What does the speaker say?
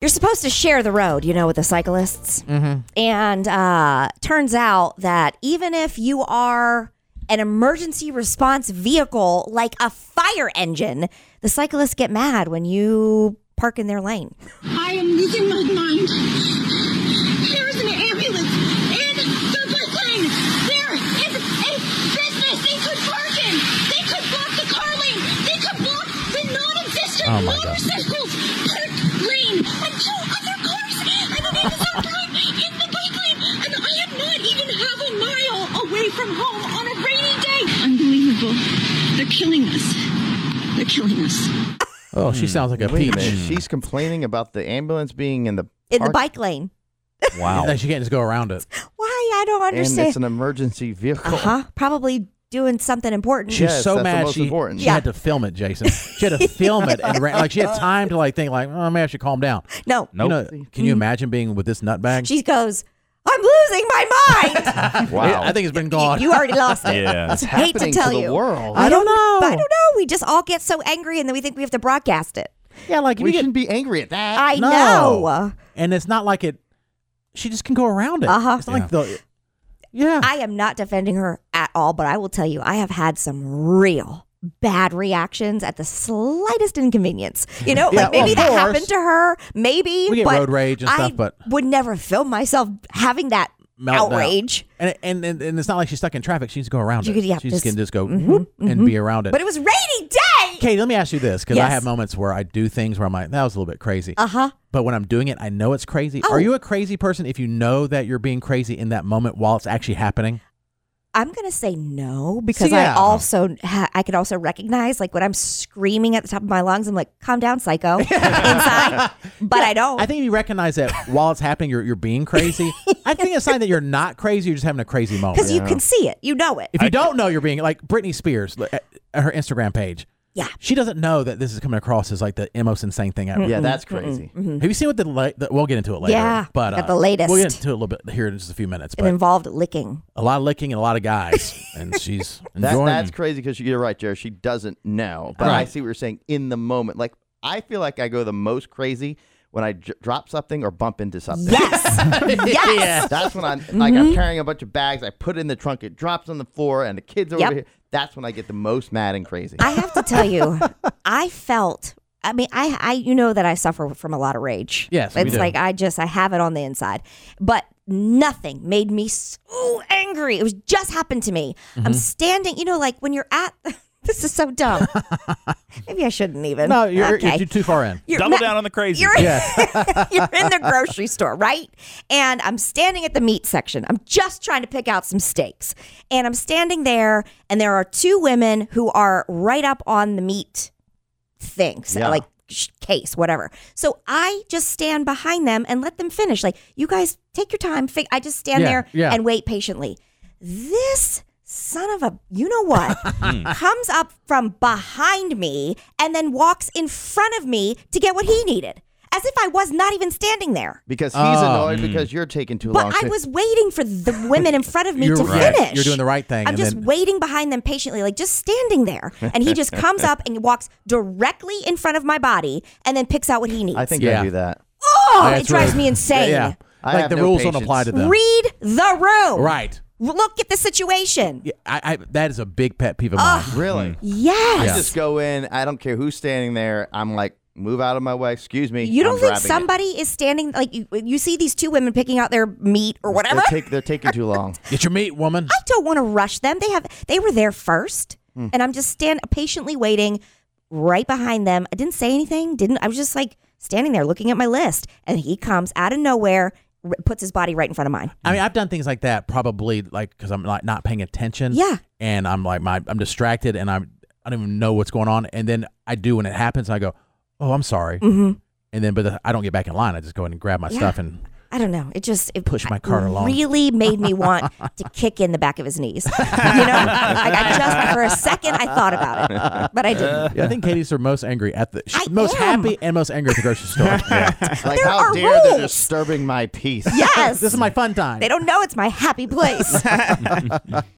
you're supposed to share the road, you know, with the cyclists. Mm-hmm. And uh, turns out that even if you are an emergency response vehicle like a fire engine, the cyclists get mad when you park in their lane. I am losing my mind. There is an ambulance in the bike lane. There is a business they could park in. They could block the car lane. They could block the non-existent Oh, my God. motorcycles park lane and two other cars at an Amazon Prime in the bike lane. And I am not even half a mile away from home on a rainy day. Unbelievable. They're killing us. They're killing us. Oh, she sounds like a Wait peach. a minute. She's complaining about the ambulance being in the In the park bike lane. Wow. Wow. she can't just go around it. Why? I don't and it's understand. an emergency vehicle. Uh huh. Probably doing something important. She's Yes, so that's the mad most she, important. she Yeah. had to film it, Jason. She had to film it and ran, like she had time to like think like, oh man, I should calm down. No. You Nope. know, can you imagine being with this nutbag? She goes, I'm losing my mind. Wow. I think it's been gone. you already lost it. Yeah. it's hate to happening tell to the you. world. I don't know. I don't know. We just all get so angry and then we think we have to broadcast it. yeah, like if we you get- shouldn't be angry at that. I no. know. And it's not like it. She just can go around it. Uh-huh. It's not like the. Yeah. I am not defending her at all, but I will tell you, I have had some real bad reactions at the slightest inconvenience. You know, Yeah, like maybe of that course. happened to her. Maybe We get but road rage and I stuff, but- would never film myself having that Meltdown. outrage. and, and and and it's not like she's stuck in traffic. She can just go around You it. could- yeah, she just- Mm-hmm. can just go whoop and be around it. But it was rainy day. Kate, let me ask you this because I Yes. have moments where I do things where I'm like, that was a little bit crazy. Uh huh. But when I'm doing it, I know it's crazy. Oh. Are you a crazy person if you know that you're being crazy in that moment while it's actually happening? I'm gonna say no because yeah. I also ha- I could also recognize like when I'm screaming at the top of my lungs, I'm like, "Calm down, psycho," inside, but I don't. I think if you recognize that while it's happening, you're, you're being crazy. I think it's a sign that you're not crazy. You're just having a crazy moment. because you can see it, you know it. If you don't know you're being like Britney Spears, like, at- at her Instagram page, Yeah. she doesn't know that this is coming across as like the most insane thing ever. yeah, that's crazy. mm-hmm. Have you seen what the, la- the we'll get into it later? Yeah, but uh, got the latest. We'll get into it a little bit here in just a few minutes. It But involved licking. a lot of licking and a lot of guys, and she's That, enjoying. that's crazy because you're right, Jared. She doesn't know. But I Right. see what you're saying in the moment. Like, I feel like I go the most crazy when I j- drop something or bump into something. Yes, Mm-hmm. yes. That's when I'm like I'm carrying a bunch of bags. I put it in the trunk. It drops on the floor, and the kids are Yep. over here. That's when I get the most mad and crazy. I have to tell you, I felt. I mean, I, I, you know that I suffer from a lot of rage. Yes, we it's do. like I just I have it on the inside, but nothing made me so angry. It was just happened to me. Mm-hmm. I'm standing, you know, like when you're at. This is so dumb. Maybe I shouldn't even. no, you're, Okay. you're, you're too far in. You're Double ma- down on the crazy. You're, you're in the grocery store, right? And I'm standing at the meat section. I'm just trying to pick out some steaks. And I'm standing there, and there are two women who are right up on the meat thing, so Yeah. like sh- case, whatever. So I just stand behind them and let them finish. Like, you guys take your time. Fig- I just stand Yeah, there yeah. and wait patiently. This son of a you know what Hmm. comes up from behind me and then walks in front of me to get what he needed as if i was not even standing there because he's Oh, annoyed because you're taking too long. but i to- was waiting for the women in front of me You're to right. finish You're doing the right thing, i'm and just then- waiting behind them patiently like just standing there and he just comes up and walks directly in front of my body and then picks out what he needs I think Yeah. I do that. oh it That's drives right. me Yeah, insane yeah. I like have the no rules don't patience. apply to them. read the room right. look at the situation Yeah, I, I, that is a big pet peeve of mine. Really? yes I just go in. I don't care who's standing there. I'm like, move out of my way. Excuse me. You don't I'm think grabbing it. somebody is standing like you, you see these two women picking out their meat or whatever? They're, take, they're taking too long. Get your meat, woman. I don't want to rush them. They have they were there first, Hmm. and I'm just stand patiently waiting right behind them. I didn't say anything. Didn't I was just like standing there looking at my list, and he comes out of nowhere, r- puts his body right in front of mine. I mean, I've done things like that probably like because I'm like not paying attention. Yeah. And I'm like my I'm distracted and I'm I don't even know what's going on. And then I do when it happens. I go, oh, I'm sorry. Mm-hmm. And then but the, I don't get back in line. I just go in and grab my stuff and I don't know. It just it Push my car along. Really made me want to kick in the back of his knees. You know, like I just for a second I thought about it, but I didn't. yeah, I think Katie's the most angry at the she's I most am. happy and most angry at the grocery store. Like, There how are dare they're rules. disturbing my peace? Yes, This is my fun time. They don't know it's my happy place.